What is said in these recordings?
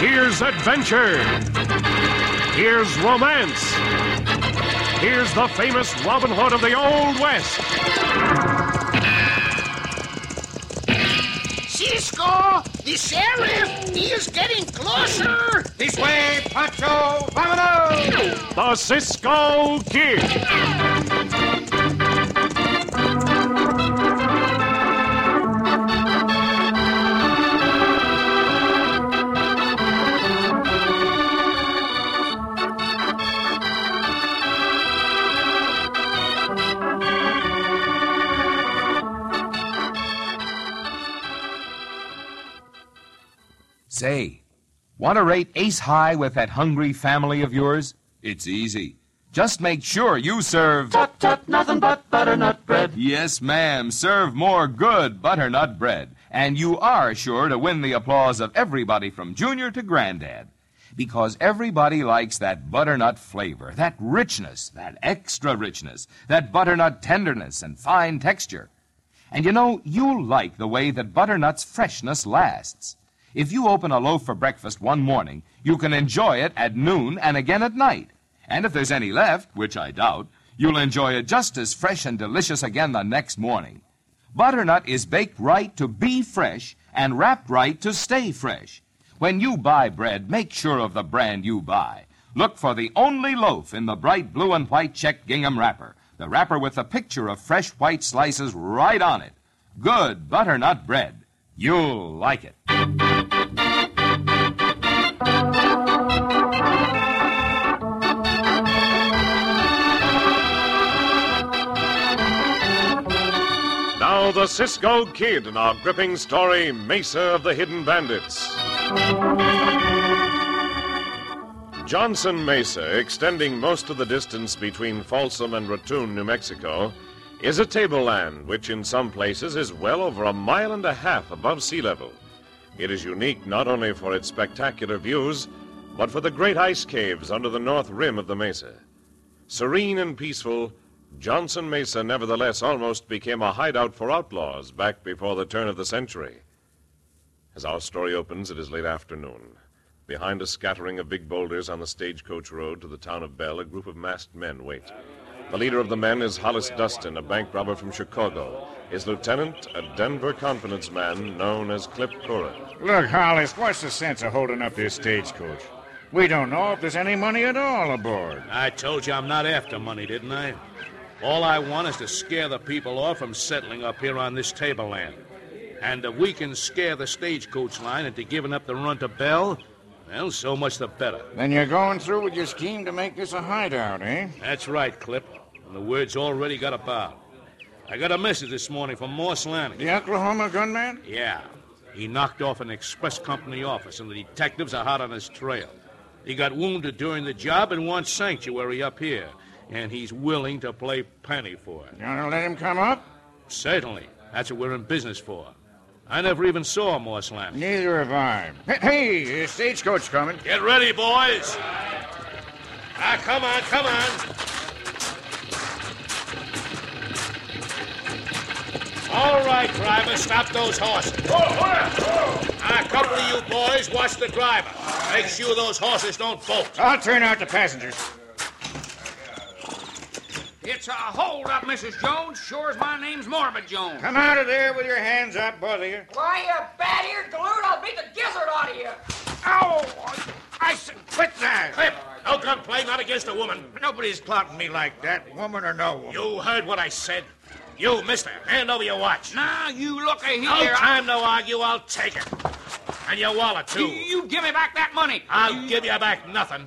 Here's adventure. Here's romance. Here's the famous Robin Hood of the Old West. Cisco, the sheriff, he is getting closer. This way, Pancho! Vamonos! The Cisco Kid. Say, want to rate ace high with that hungry family of yours? It's easy. Just make sure you serve. Tut tut, nothing but butternut bread. Yes, ma'am. Serve more good butternut bread. And you are sure to win the applause of everybody from junior to granddad. Because everybody likes that butternut flavor, that richness, that extra richness, that butternut tenderness and fine texture. And you know, you'll like the way that butternut's freshness lasts. If you open a loaf for breakfast one morning, you can enjoy it at noon and again at night. And if there's any left, which I doubt, you'll enjoy it just as fresh and delicious again the next morning. Butternut is baked right to be fresh and wrapped right to stay fresh. When you buy bread, make sure of the brand you buy. Look for the only loaf in the bright blue and white check gingham wrapper, the wrapper with the picture of fresh white slices right on it. Good butternut bread. You'll like it. Now the Cisco Kid in our gripping story, Mesa of the Hidden Bandits. Johnson Mesa, extending most of the distance between Folsom and Ratun, New Mexico, is a tableland which in some places is well over a mile and a half above sea level. It is unique not only for its spectacular views, but for the great ice caves under the north rim of the mesa. Serene and peaceful, Johnson Mesa nevertheless almost became a hideout for outlaws back before the turn of the century. As our story opens, it is late afternoon. Behind a scattering of big boulders on the stagecoach road to the town of Bell, a group of masked men wait. The leader of the men is Hollis Dustin, a bank robber from Chicago. His lieutenant, a Denver confidence man known as Clip Curran. Look, Hollis, what's the sense of holding up this stagecoach? We don't know if there's any money at all aboard. I told you I'm not after money, didn't I? All I want is to scare the people off from settling up here on this tableland. And if we can scare the stagecoach line into giving up the run to Bell, well, so much the better. Then you're going through with your scheme to make this a hideout, eh? That's right, Clip. And the word's already got about. I got a message this morning from Morse Lanning. The Oklahoma gunman? Yeah. He knocked off an express company office, and the detectives are hot on his trail. He got wounded during the job and wants sanctuary up here, and he's willing to play penny for it. You gonna let him come up? Certainly. That's what we're in business for. I never even saw Morse Lanning. Neither have I. Hey, hey, the stagecoach coming. Get ready, boys! Ah, come on, come on! All right, driver, stop those horses. Ah, a couple of you boys, watch the driver. Make sure those horses don't bolt. I'll turn out the passengers. It's a holdup, Mrs. Jones. Sure as my name's Mormon Jones. Come out of there with your hands up, both of you. Why, you bat eared galoot, I'll beat the gizzard out of you. Ow! I said, quit that! Clip, no gunplay, not against a woman. Nobody's clotting me like that, woman or no woman. You heard what I said. You, mister, hand over your watch. Now, you look a here. No time to argue, I'll take it. And your wallet, You, too. you give me back that money. I'll give you back nothing.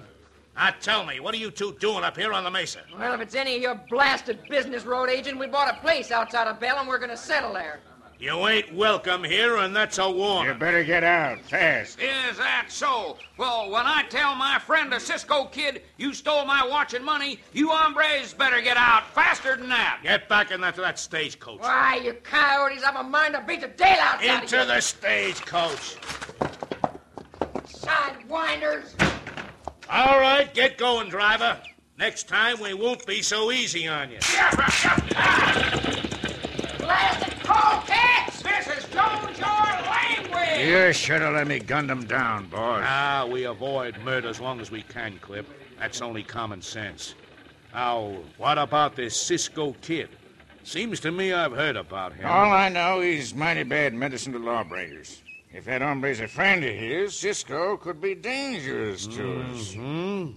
Now tell me, what are you two doing up here on the mesa? Well, if it's any of your blasted business, road agent, we bought a place outside of Bell and we're going to settle there. You ain't welcome here, and that's a You warning. better get out, fast. Is that so? Well, when I tell my friend the Cisco kid you stole my watch and money, you hombres better get out faster than that. Get back in that, that stagecoach. Why, you coyotes, I've a mind to beat the daylight out of you. Into the stagecoach. Sidewinders. All right, get going, driver. Next time we won't be so easy on you. Blasted cold cats. Mrs. Jones, your language. You should have let me gun them down, boss. Ah, we avoid murder as long as we can, Clip. That's only common sense. Now, what about this Cisco kid? Seems to me I've heard about him. All I know, he's mighty bad medicine to lawbreakers. If that hombre's a friend of his, Cisco could be dangerous to us. Hmm?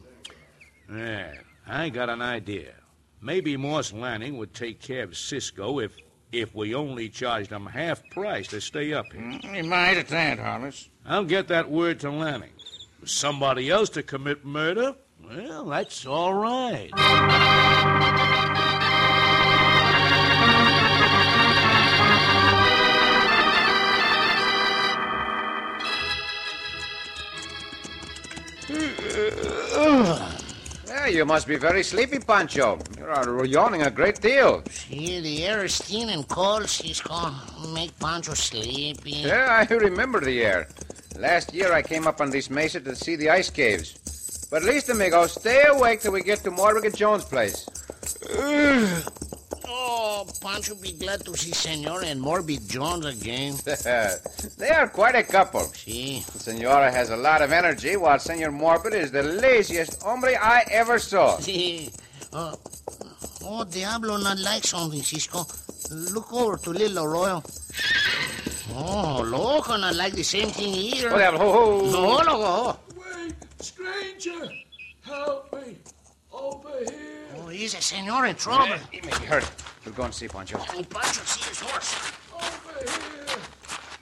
Yeah, I got an idea. Maybe Morse Lanning would take care of Cisco if if we only charged him half price to stay up here. He might at that, Hollis. I'll get that word to Lanning. Somebody else to commit murder? Well, that's all right. Yeah, you must be very sleepy, Pancho. You are yawning a great deal. See, the air is thin and cold, Cisco. Make Pancho sleepy. Yeah, I remember the air. Last year I came up on this mesa to see the ice caves. But least amigo, stay awake till we get to Morgan Jones' place. Oh, Pancho be glad to see Senor and Morbid Jones again. they are quite a couple. See, The senora has a lot of energy, while Senor Morbid is the laziest hombre I ever saw. see. Uh, oh, Diablo not like something, Cisco. Look over to Little Arroyo. Oh, loco not like the same thing here. Oh, yeah, ho, ho. No, loco. Stranger, help me. Over here. Oh, he's a senor in trouble. He may be hurt. You go and see, Pancho. Oh, Pancho see his horse. Over here.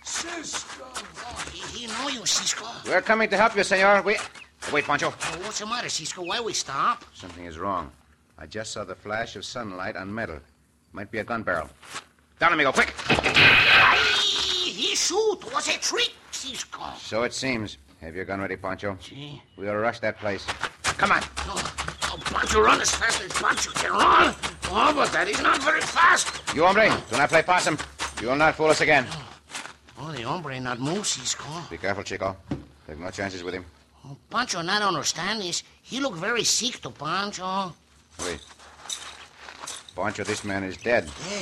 Cisco. Oh, he, he know you, Cisco. Oh, We're coming to help you, senor. We... Wait, Pancho. what's the matter, Cisco? Why we stop? Something is wrong. I just saw the flash of sunlight on metal. Might be a gun barrel. Down, amigo, quick! Aye, he shoot. Was a trick, Cisco. So it seems. Have your gun ready, Pancho. See? We'll rush that place. Come on. Oh, oh, Pancho run as fast as Pancho can run. Oh, but that is not very fast. You hombre, do not play possum. You will not fool us again. Oh, the hombre not move, Cisco. Be careful, Chico. Take no chances with him. Oh, Pancho not understand this. He look very sick to Pancho. Wait. Pancho, this man is dead. Eh.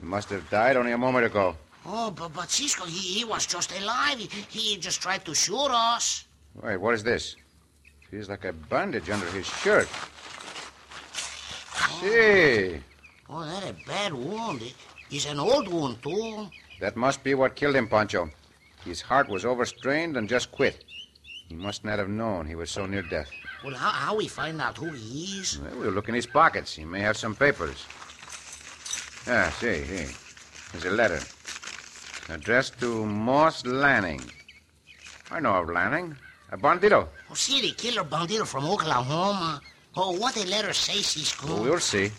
He must have died only a moment ago. Oh, but, but Cisco, he, he was just alive. He, he just tried to shoot us. Wait, what is this? Feels like a bandage under his shirt. See, Oh, that a bad wound. It- It's an old wound, too. that must be what killed him, Pancho. His heart was overstrained and just quit. He must not have known he was so near death. Well, how, how we find out who he is? Well, we'll look in his pockets. He may have some papers. Ah, see, here. There's a letter. Addressed to Moss Lanning. I know of Lanning. A bandito. Oh, see, the killer bandito from Oklahoma. Oh, what the letter say, Cisco? We'll see.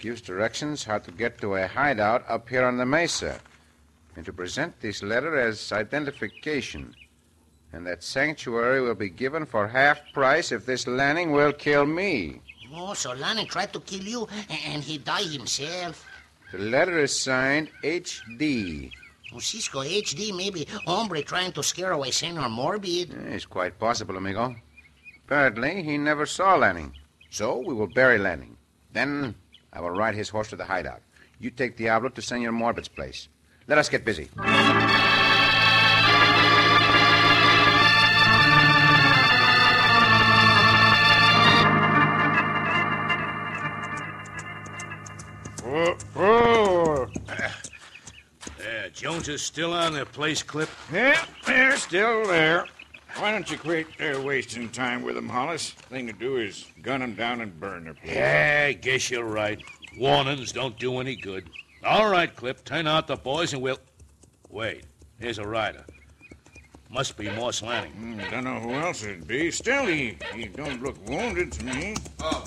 Gives directions how to get to a hideout up here on the mesa. And to present this letter as identification. And that sanctuary will be given for half price if this Lanning will kill me. Oh, so Lanning tried to kill you, a- and he died himself. The letter is signed H.D. Oh, Cisco, HD, maybe hombre trying to scare away Senor Morbid. Yeah, Eh, It's quite possible, amigo. Apparently, he never saw Lanning. So we will bury Lanning. Then I will ride his horse to the hideout. You take Diablo to Senor Morbid's place. Let us get busy. Whoa, whoa. Yeah, Jones is still on the place, Clip. Yeah, they're still there. Why don't you quit uh, wasting time with them, Hollis? Thing to do is gun them down and burn their place. Yeah, I guess you're right. Warnings don't do any good. All right, Clip, turn out the boys and we'll. Wait, here's a rider. Must be Morse Lanning. Mm, don't know who else it'd be. Still, he, he don't look wounded to me. Oh,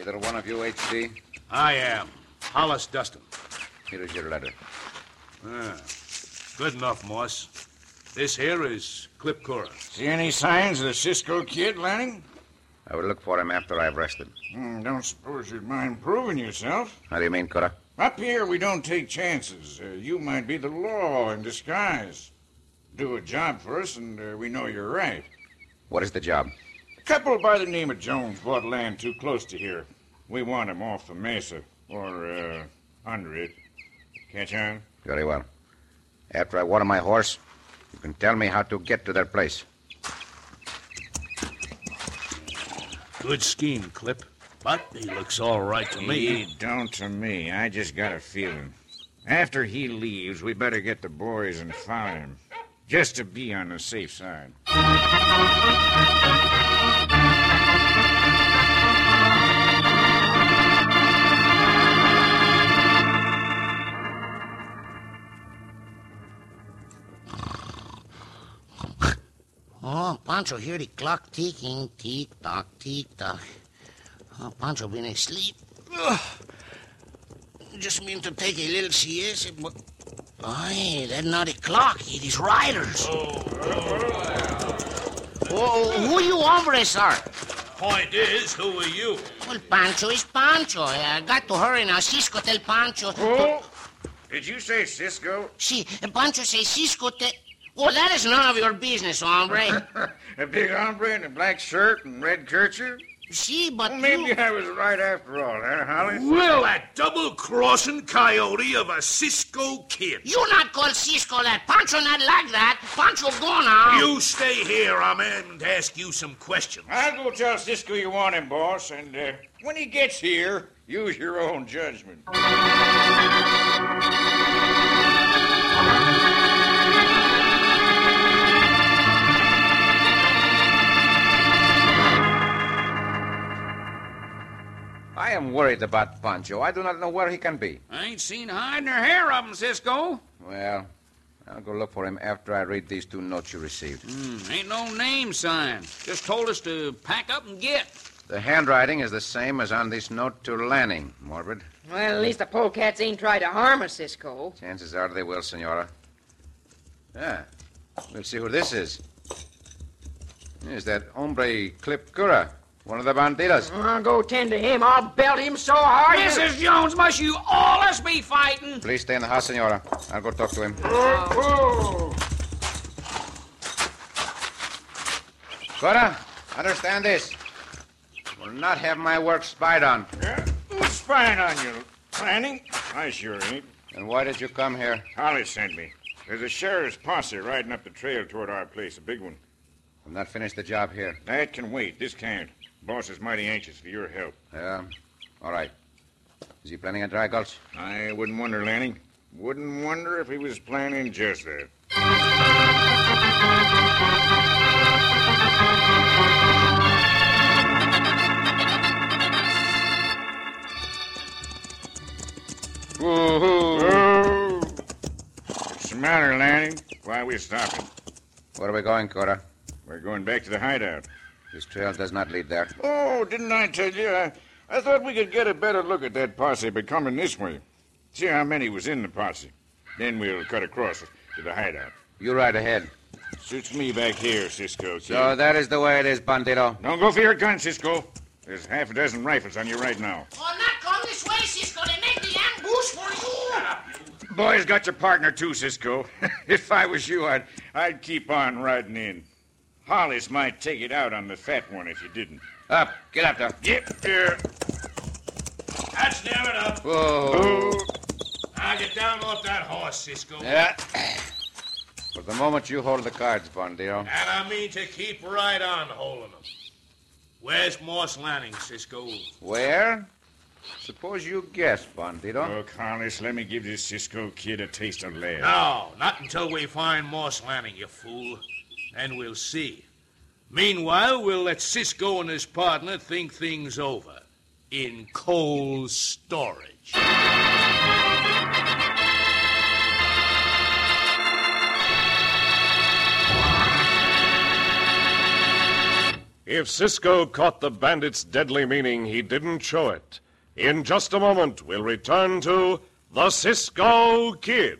Either one of you, H.D., I am. Hollis Dustin. here is your letter. Ah, good enough, Morse. This here is Clip Cora. See any signs of the Cisco kid, Lanning? I will look for him after I've rested. Hmm, don't suppose you'd mind proving yourself. How do you mean, Cora? Up here, we don't take chances. Uh, you might be the law in disguise. Do a job for us, and uh, we know you're right. What is the job? A couple by the name of Jones bought land too close to here. We want 'em off the mesa, or uh, under it. Catch on? Very well. After I water my horse, you can tell me how to get to that place. Good scheme, Clip. But he looks all right to me. He don't to me. I just got a feeling. After he leaves, we better get the boys and follow him. Just to be on the safe side. Oh, Pancho, hear the clock ticking, tick tock, tick tock. Oh, Pancho been asleep. Ugh. Just mean to take a little siesta, but. Ay, that's not a clock, it is riders. Oh, who you hombres are? Point is, who are you? Well, Pancho is Pancho. I got to hurry now. Cisco tell Pancho. Who? Did you say Cisco? See, Pancho say Cisco tell. Well, that is none of your business, hombre. a big hombre in a black shirt and red kerchief? See, but Well, maybe you... I was right after all, huh, Hollis? Well, that double crossing coyote of a Cisco kid. You not call Cisco that. Pancho not like that. Pancho go now. You stay here. I'm in to ask you some questions. I'll go tell Cisco you want him, boss, and uh, when he gets here, use your own judgment. I am worried about Pancho. I do not know where he can be. I ain't seen hide nor hair of 'em, Cisco. Well, I'll go look for him after I read these two notes you received. Ain't no name sign. Just told us to pack up and get. The handwriting is the same as on this note to Lanning, Morbid. Well, at least the polecats ain't tried to harm us, Cisco. Chances are they will, Senora. Ah, we'll see who this is. Is that hombre Clip Cura, one of the bandidos? I'll go tend to him. I'll belt him so hard. you- Mrs. Jones, must you all us be fighting? Please stay in the house, Senora. I'll go talk to him. Cura, understand this. Will not have my work spied on. Yeah? Who's spying on you? Planning? I sure ain't. And why did you come here? Hollis sent me. There's a sheriff's posse riding up the trail toward our place, a big one. I've not finished the job here. That can wait. This can't. Boss is mighty anxious for your help. Um, all right. Is he planning a dry gulch? I wouldn't wonder, Lanning. Wouldn't wonder if he was planning just that. Whoa. What's the matter, Lanning? Why are we stopping? Where are we going, Cora? We're going back to the hideout. This trail does not lead there. Oh, didn't I tell you? I, I thought we could get a better look at that posse by coming this way. See how many was in the posse. Then we'll cut across to the hideout. You ride ahead. Suits me back here, Cisco. kid. So that is the way it is, Bandito. Don't go for your gun, Cisco. There's half a dozen rifles on you right now. Oh, not come this way, Cisco. They make the ambush for you. Boys got your partner too, Cisco. if I was you, I'd I'd keep on riding in. Hollis might take it out on the fat one if you didn't. Up, get up there. Yep. Here. That's damn it up. Whoa. Now get down off that horse, Cisco. Yeah. For the moment, you hold the cards, Bandito. And I mean to keep right on holding them. Where's Morse Lanning, Cisco? Where? Suppose you guess, Bandito. Look, Hollis, Oh, let me give this Cisco kid a taste of lead. No, not until we find Morse Lanning, you fool. Then we'll see. Meanwhile, we'll let Cisco and his partner think things over in cold storage. If Cisco caught the bandit's deadly meaning, he didn't show it. In just a moment, we'll return to The Cisco Kid.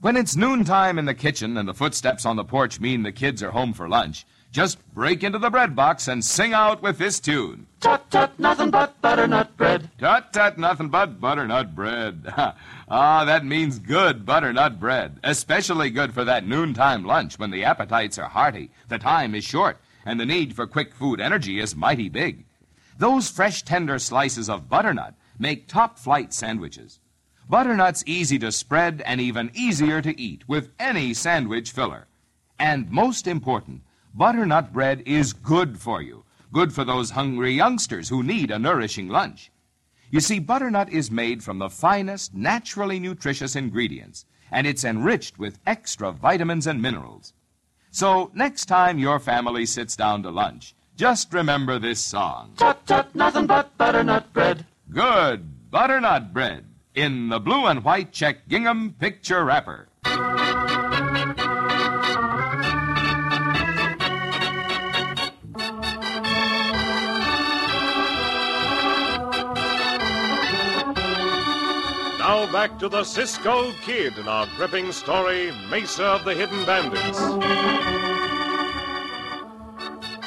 When it's noontime in the kitchen and the footsteps on the porch mean the kids are home for lunch, Just break into the bread box and sing out with this tune. Tut tut, nothing but butternut bread. Tut tut, nothing but butternut bread. ah, that means good butternut bread. Especially good for that noontime lunch when the appetites are hearty, the time is short, and the need for quick food energy is mighty big. Those fresh, tender slices of butternut make top flight sandwiches. Butternut's easy to spread and even easier to eat with any sandwich filler. And most important, butternut bread is good for you, good for those hungry youngsters who need a nourishing lunch. You see, butternut is made from the finest, naturally nutritious ingredients, and it's enriched with extra vitamins and minerals. So, next time your family sits down to lunch, just remember this song Tut tut, nothing but butternut bread. Good Butternut Bread in the blue and white check gingham picture wrapper. Now back to the Cisco Kid in our gripping story, Mesa of the Hidden Bandits.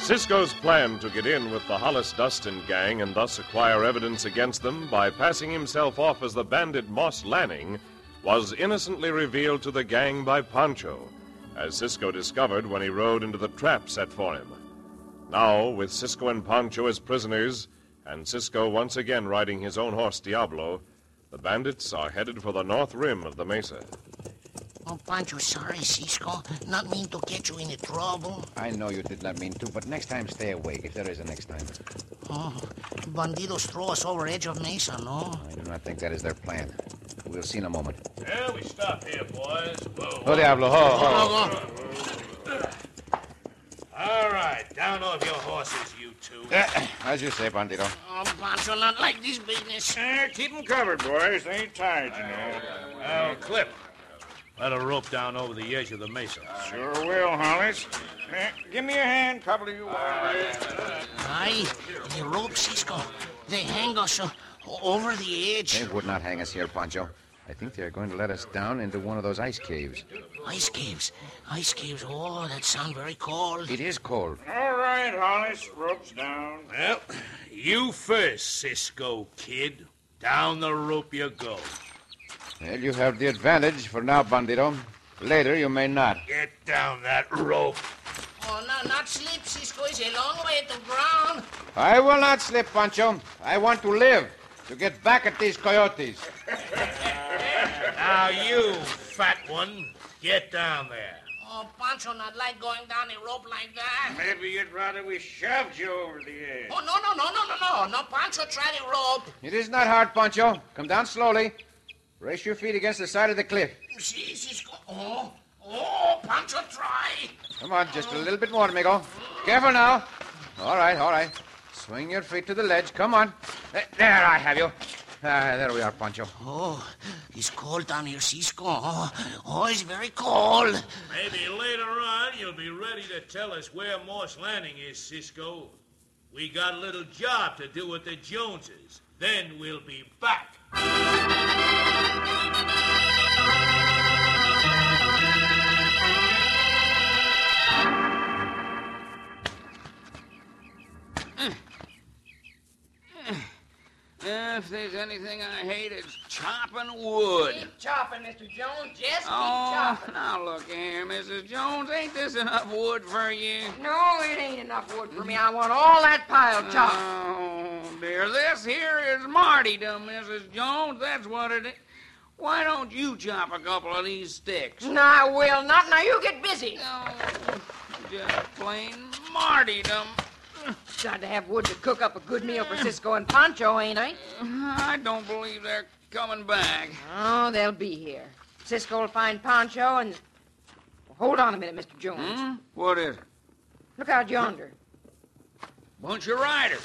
Cisco's plan to get in with the Hollis Dustin gang and thus acquire evidence against them by passing himself off as the bandit Moss Lanning was innocently revealed to the gang by Pancho, as Cisco discovered when he rode into the trap set for him. Now, with Cisco and Pancho as prisoners, and Cisco once again riding his own horse Diablo, the bandits are headed for the north rim of the mesa. Oh, Pancho, sorry, Cisco. Not mean to get you into trouble. I know you did not mean to, but next time stay awake, if there is a next time. Oh, bandidos throw us over edge of Mesa, no? I do not think that is their plan. We'll see in a moment. Yeah, we stop here, boys. Whoa, Oh, Diablo, ho, ho. oh, All right, down off your horses, you two. Eh, As you say, Bandito. Oh, Pancho, not like this business. Eh, keep 'em covered, boys. They ain't tired, you know. Now, Clip, let a rope down over the edge of the mesa. Sure will, Hollis. Eh, give me a hand, couple of you. Aye, the rope, Cisco. They hang us uh, over the edge. They would not hang us here, Pancho. I think they are going to let us down into one of those ice caves. Ice caves. Ice caves. Oh, that sound very cold. It is cold. All right, Hollis. Rope's down. Well, you first, Cisco Kid. Down the rope you go. Well, you have the advantage for now, Bandito. Later, you may not. Get down that rope. Oh, no, not sleep, Cisco. It's a long way to ground. I will not slip, Pancho. I want to live, to get back at these coyotes. Now, you fat one, get down there. Oh, Pancho, not like going down a rope like that. Maybe you'd rather we shoved you over the edge. Oh, no, no, no, no, no, no. No, Pancho, try the rope. It is not hard, Pancho. Come down slowly. Brace your feet against the side of the cliff. See, Cisco. Oh, oh, Pancho, try. Come on, just a little bit more, amigo. Careful now. All right, all right. Swing your feet to the ledge. Come on. Eh, There, I have you. Ah, there we are, Pancho. Oh, it's cold down here, Cisco. Oh, oh it's very cold. Maybe later on you'll be ready to tell us where Morse Landing is, Cisco. We got a little job to do with the Joneses. Then we'll be back. If there's anything I hate, it's chopping wood. Keep chopping, Mr. Jones. Just keep Oh, chopping. now look here, Mrs. Jones. Ain't this enough wood for you? No, it ain't enough wood for me. I want all that pile chopped. Oh, dear. This here is martydom, Mrs. Jones. That's what it is. Why don't you chop a couple of these sticks? No, I will not. Now you get busy. No, just plain martydom. Got to have wood to cook up a good meal for Cisco and Pancho, ain't I? I don't believe they're coming back. Oh, they'll be here. Cisco will find Pancho and. Hold on a minute, Mr. Jones. Hmm? What is it? Look out yonder. Bunch of riders.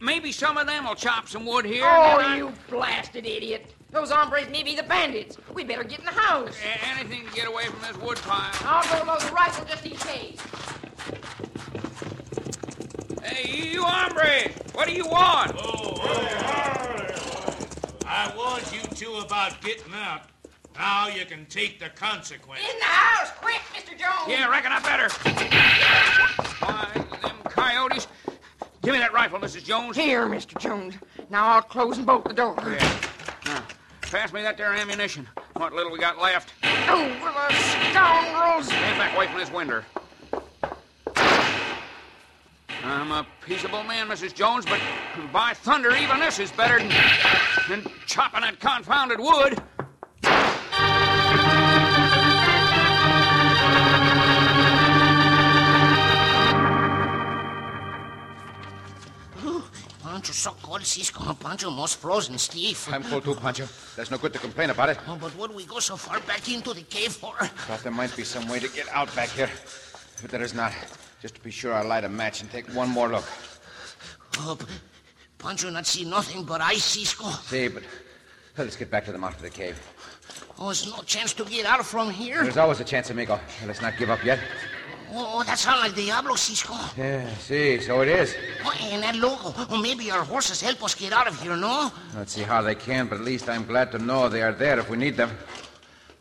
Maybe some of them will chop some wood here. and then Oh, I- you blasted idiot. Those hombres may be the bandits. We better get in the house. A- Anything to get away from this wood pile. I'll go load the rifle just in case. Hey, you hombre! What do you want? Oh, I warned you two about getting out. Now you can take the consequence. In the house, quick, Mr. Jones. Yeah, reckon I better. rifle, Mrs. Jones. Here, Mr. Jones. Now I'll close and bolt the door. Pass me that there ammunition. What little we got left. Oh, well, uh, scoundrels! Stay back away from this window. I'm a peaceable man, Mrs. Jones, but by thunder, even this is better than, than chopping that confounded wood. Pancho, so cold, Cisco. Oh, Pancho, most frozen, Steve. I'm cold too, Pancho. There's no good to complain about it. Oh, but what we go so far back into the cave for? Thought there might be some way to get out back here. But there is not. Just to be sure, I'll light a match and take one more look. Oh, p- Pancho not see nothing but ice, Cisco. See, but let's get back to the mouth of the cave. Oh, there's no chance to get out from here. There's always a chance, amigo. Let's not give up yet. Oh, that sound like Diablo, Cisco. Yeah, see, so it is. Oh, and that logo. Oh, maybe our horses help us get out of here, no? Let's see how they can, but at least I'm glad to know they are there if we need them.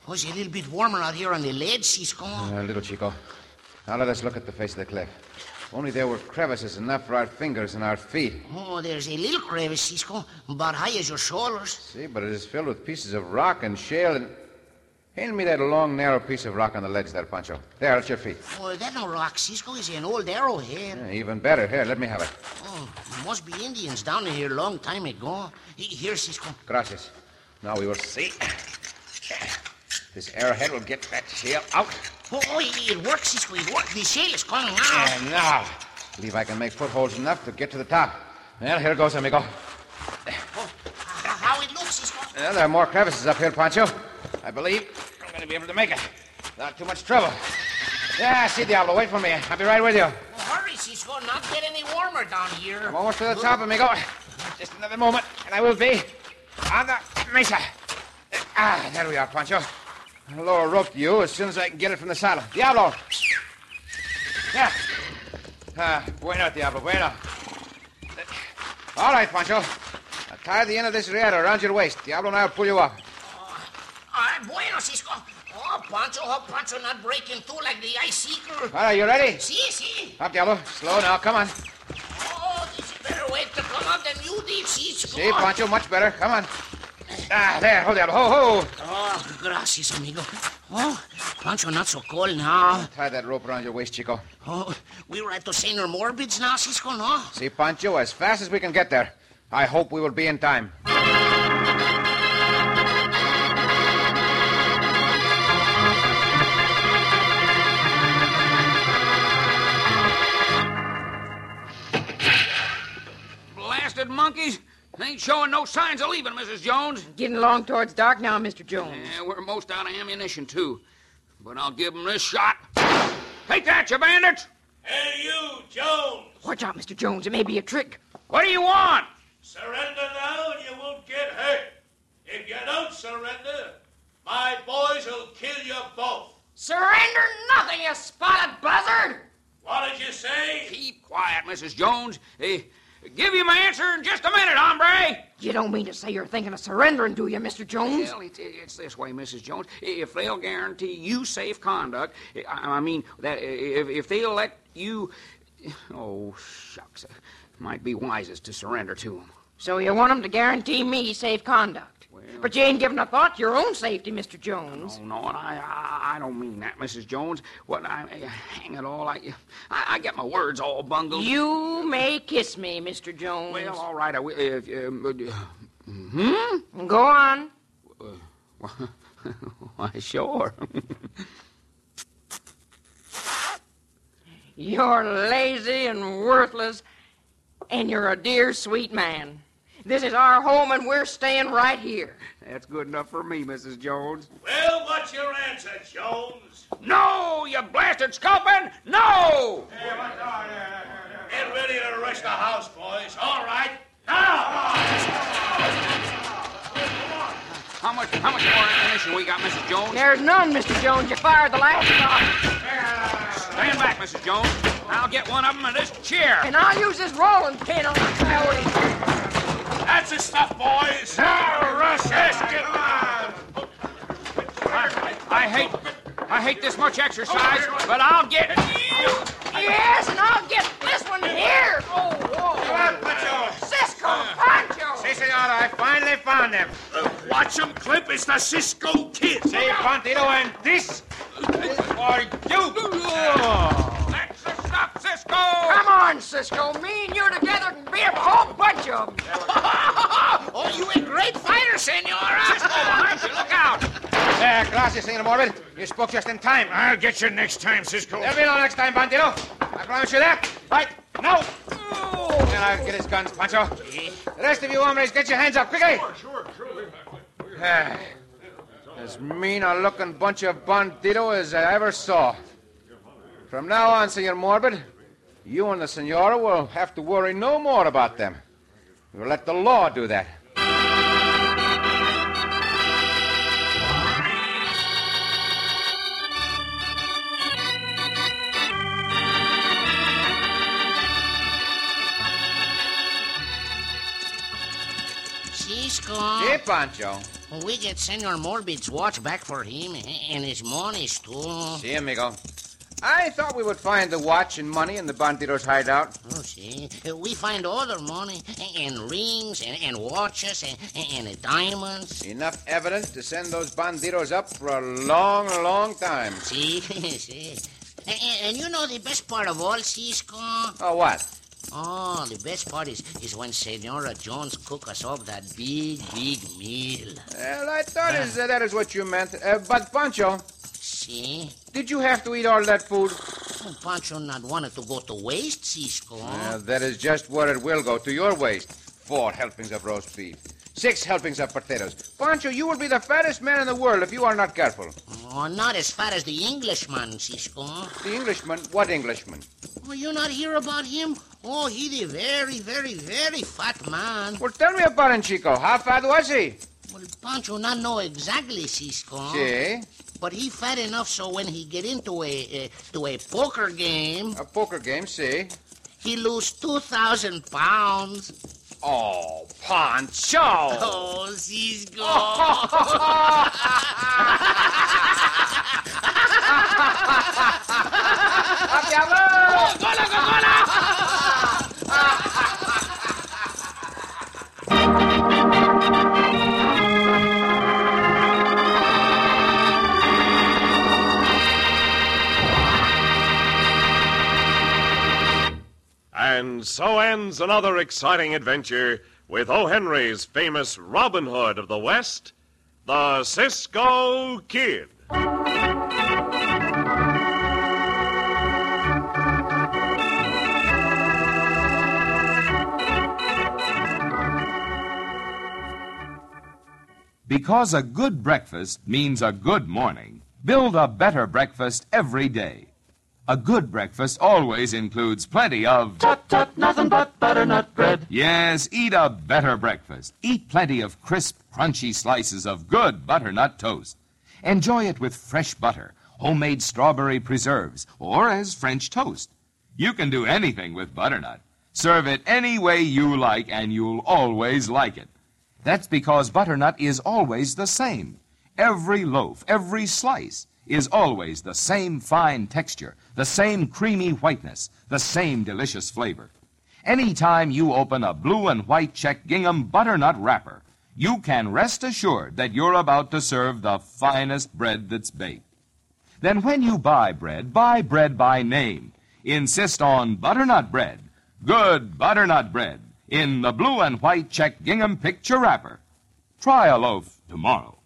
Oh, it's a little bit warmer out here on the ledge, Cisco. Uh, little Chico, now let us look at the face of the cliff. If Only there were crevices enough for our fingers and our feet. Oh, there's a little crevice, Cisco, about high as your shoulders. See, but it is filled with pieces of rock and shale and. Hand me that long, narrow piece of rock on the ledge there, Pancho. There, at your feet. Oh, that no rock, Cisco, is an old arrowhead. Yeah, even better. Here, let me have it. Oh, must be Indians down here long time ago. He- Here, Cisco. Gracias. Now we will see. Eh, This arrowhead will get that shale out. Oh, oh, it it works, Cisco, it works. The shale is coming out. And now, believe I can make footholds enough to get to the top. Well, here goes, amigo. H- How it looks, Cisco. Well, there are more crevices up here, Pancho. I believe I'm going to be able to make it without too much trouble. Yeah, see, Diablo, wait for me. I'll be right with you. Oh, hurry, Cisco, not get any warmer down here. I'm almost to the top, amigo. Just another moment, and I will be on the mesa. Ah, there we are, Pancho. I'll lower a rope to you as soon as I can get it from the saddle. Diablo! Yeah. Ah, bueno, Diablo, bueno. All right, Pancho. I'll tie the end of this riata around your waist. Diablo and I will pull you up. Ah, bueno, Cisco. Oh, Pancho, oh, Pancho, not breaking through like the ice seeker. All right, you ready? See, see. Up, Diablo. Slow now, come on. Oh, this is better way to come out than you did, Cisco. See, Pancho, much better. Come on. Ah, there, hold Diablo. Ho, ho! Oh, gracias, amigo. Oh, Pancho, not so cold now. Tie that rope around your waist, Chico. Oh, we were at the Senor Morbids now, Cisco, no? See, Pancho, as fast as we can get there. I hope we will be in time. Blasted monkeys. They ain't showing no signs of leaving, Mrs. Jones. Getting along towards dark now, Mr. Jones. Yeah, we're most out of ammunition, too. But I'll give 'em this shot. Take that, you bandits! Hey, you, Jones! Watch out, Mr. Jones. It may be a trick. What do you want? Surrender now and you won't get hurt. If you don't surrender, my boys will kill you both. Surrender nothing, you spotted buzzard! What did you say? Keep quiet, Mmis's Jones. Eh, give you my answer in just a minute, hombre. You don't mean to say you're thinking of surrendering, do you, Mr. Jones? Well, it, it- it's this way, Mrs. Jones. If they'll guarantee you safe conduct, I, I mean that if, if they'll let you, oh shucks, might be wisest to surrender to 'em. So you want 'em to guarantee me safe conduct. but you ain't giving a thought to your own safety, Mr. Jones. Oh, no, and I, I, I don't mean that, Mrs. Jones. What I, eh, hang it all, I, I, I get my words all bungled. You may kiss me, Mr. Jones. Well, all right, I will. If, um, Go on. uh, why, sure. You're lazy and worthless, and you're a dear, sweet man. This is our home, and we're staying right here. That's good enough for me, Mrs. Jones. Well, what's your answer, Jones? No, you blasted sculpin! No! Get ready to rush the house, boys. All right. Now! How much, how much more ammunition we got, Mrs. Jones? There's none, Mr. Jones. You fired the last shot, Stand back, Mrs. Jones. I'll get one of them in this chair. and I'll use this rolling pin on the coyote. That's the stuff, boys. Now, rush Yes, get on. I, I hate, I hate this much exercise, but I'll get. Yes, and I'll get this one here. Oh, whoa. Come on, them. Watch them, Clip. It's the Cisco Kid. Say, Bandito, and this for you. That's a stop, Cisco! Come on, Cisco. Me and you together can be a whole bunch of them. oh, you a great fighter, Senora! Cisco, behind you, look out! Eh, Uh, gracias, Senor Morbid. You spoke just in time. I'll get you next time, Cisco. There'll be no next time, Bandito. I promise you that. Right now. And I'll get his guns, Pancho. The rest of you hombres, get your hands up quickly. Sure, sure. Ah, as mean a looking bunch of bandito as I ever saw. From now on, Senor Morbid, you and the Senora will have to worry no more about them. We'll let the law do that. Cisco. Hey, Pancho. We get Senor Morbid's watch back for him and his monies, too. See, amigo. I thought we would find the watch and money in the bandito's hideout. Oh, see, we find other money and rings and, and watches and, and diamonds. Enough evidence to send those banditos up for a long, long time. See, see. And, and you know the best part of all, Cisco? Oh, what? Oh, the best part is, is when Senora Jones cook us up that big, big meal. Well, I thought is, that is what you meant. Uh, but, Pancho, See? did you have to eat all that food? Oh, Pancho not wanted to go to waste, Cisco. Uh, that is just where it will go, to your waist. Four helpings of roast beef, six helpings of potatoes. Pancho, you will be the fattest man in the world if you are not careful. Oh, not as far as the Englishman, Cisco. The Englishman, what Englishman? Oh, you not hear about him? Oh, he the very, very, very fat man. Well, tell me about him, Chico. How fat was he? Well, Pancho not know exactly, Cisco. See? But he fat enough so when he get into a, a to a poker game, A poker game, see? he lose two thousand pounds. Oh, Pancho! Oh, Cisco. And so ends another exciting adventure with O. Henry's famous Robin Hood of the West, the Cisco Kid. Because a good breakfast means a good morning. Build a better breakfast every day. A good breakfast always includes plenty of. Tut tut, nothing but butternut bread. Yes, eat a better breakfast. Eat plenty of crisp, crunchy slices of good butternut toast. Enjoy it with fresh butter, homemade strawberry preserves, or as French toast. You can do anything with butternut. Serve it any way you like, and you'll always like it. That's because butternut is always the same. Every loaf, every slice is always the same fine texture, the same creamy whiteness, the same delicious flavor. Any time you open a blue and white check gingham butternut wrapper, you can rest assured that you're about to serve the finest bread that's baked. Then when you buy bread, buy bread by name. Insist on butternut bread, good butternut bread, in the blue and white check gingham picture wrapper. Try a loaf tomorrow.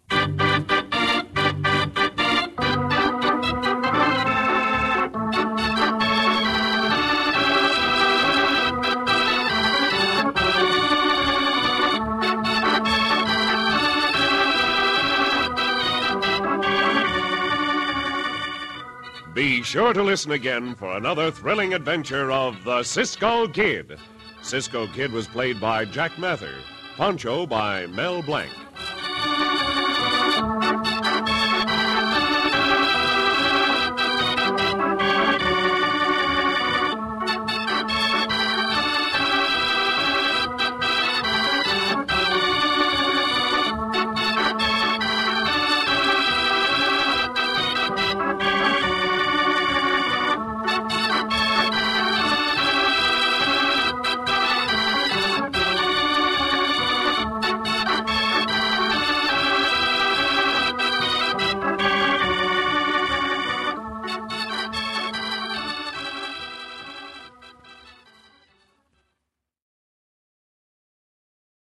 Be sure to listen again for another thrilling adventure of the Cisco Kid. Cisco Kid was played by Jack Mather, Poncho by Mel Blanc.